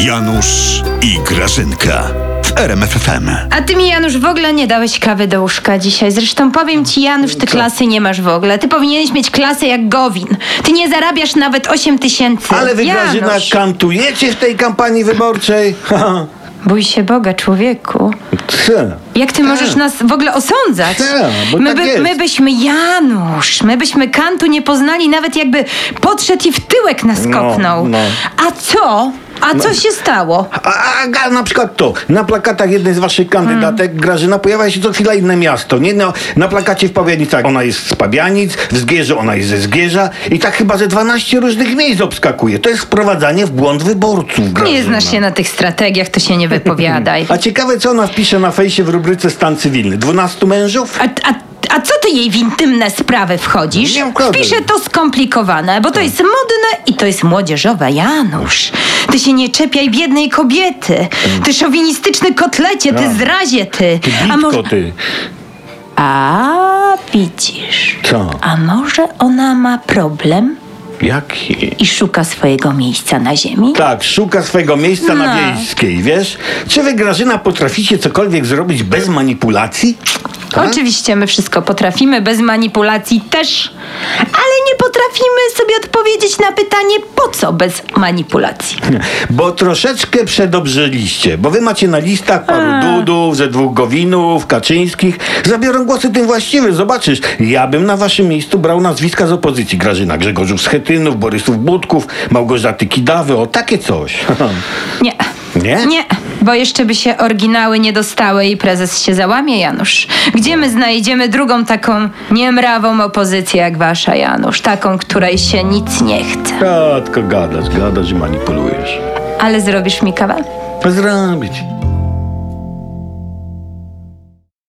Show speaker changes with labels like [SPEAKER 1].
[SPEAKER 1] Janusz i Grażynka w RMFFM.
[SPEAKER 2] A ty mi, Janusz, w ogóle nie dałeś kawy do łóżka dzisiaj. Zresztą powiem ci, Janusz, ty klasy nie masz w ogóle. Ty powinieneś mieć klasę jak Gowin. Ty nie zarabiasz nawet 8 tysięcy.
[SPEAKER 3] Ale wy Grażyna
[SPEAKER 2] Janusz,
[SPEAKER 3] kantujecie w tej kampanii wyborczej? Ha,
[SPEAKER 2] bój się Boga, człowieku.
[SPEAKER 3] tch.
[SPEAKER 2] Jak ty możesz nas w ogóle osądzać?
[SPEAKER 3] Tak, bo
[SPEAKER 2] my,
[SPEAKER 3] tak jest.
[SPEAKER 2] my byśmy, Janusz, my byśmy kantu nie poznali, nawet jakby podszedł i w tyłek nas
[SPEAKER 3] No,
[SPEAKER 2] kopnął.
[SPEAKER 3] no.
[SPEAKER 2] A co? A co się stało?
[SPEAKER 3] A, a, a na przykład to, na plakatach jednej z waszych kandydatek,
[SPEAKER 2] Mm.
[SPEAKER 3] Grażyna, pojawia się co chwila inne miasto. Nie? No, na plakacie w Pawianicach ona jest z Pawianic, w Zgierzu ona jest ze Zgierza i tak chyba ze 12 różnych miejsc obskakuje. To jest wprowadzanie w błąd wyborców, Grażyna.
[SPEAKER 2] Nie znasz się na tych strategiach, to się nie wypowiadaj.
[SPEAKER 3] A ciekawe, co ona wpisze na fejsie w rubryce stan cywilny. 12 mężów?
[SPEAKER 2] A, a, a co ty jej w intymne sprawy wchodzisz?
[SPEAKER 3] Nie wchodzę.
[SPEAKER 2] Wpiszę to skomplikowane, bo to jest modne i to jest młodzieżowe, Janusz. Ty się nie czepiaj biednej kobiety. Ty szowinistyczny kotlecie, ty
[SPEAKER 3] Tak.
[SPEAKER 2] zrazie ty.
[SPEAKER 3] Ty
[SPEAKER 2] A
[SPEAKER 3] bidko,
[SPEAKER 2] może...
[SPEAKER 3] ty.
[SPEAKER 2] A widzisz.
[SPEAKER 3] Co?
[SPEAKER 2] A może ona ma problem
[SPEAKER 3] Jaki?
[SPEAKER 2] i szuka swojego miejsca na ziemi?
[SPEAKER 3] Tak, szuka swojego miejsca na
[SPEAKER 2] No.
[SPEAKER 3] wiejskiej, wiesz? Czy wy, Grażyna, potraficie cokolwiek zrobić bez manipulacji? Tak?
[SPEAKER 2] Oczywiście my wszystko potrafimy, bez manipulacji też, ale nie potrafimy sobie odpowiedzieć na pytanie, po co bez manipulacji.
[SPEAKER 3] Bo troszeczkę przedobrzyliście, bo wy macie na listach paru dudów, ze dwóch gowinów, kaczyńskich. Zabiorą głosy tym właściwym, zobaczysz. Ja bym na waszym miejscu brał nazwiska z opozycji. Grażyna Grzegorzów Schetynów, Borysów Budków, Małgorzaty Kidawy, o takie coś.
[SPEAKER 2] Nie.
[SPEAKER 3] Nie?
[SPEAKER 2] Nie, bo jeszcze by się oryginały nie dostały i prezes się załamie, Janusz. Gdzie my znajdziemy drugą taką niemrawą opozycję jak wasza, Janusz? Taką, której się nic nie chce.
[SPEAKER 3] Rzadko gadasz, gadasz i manipulujesz.
[SPEAKER 2] Ale zrobisz mi kawę?
[SPEAKER 3] Zrobić.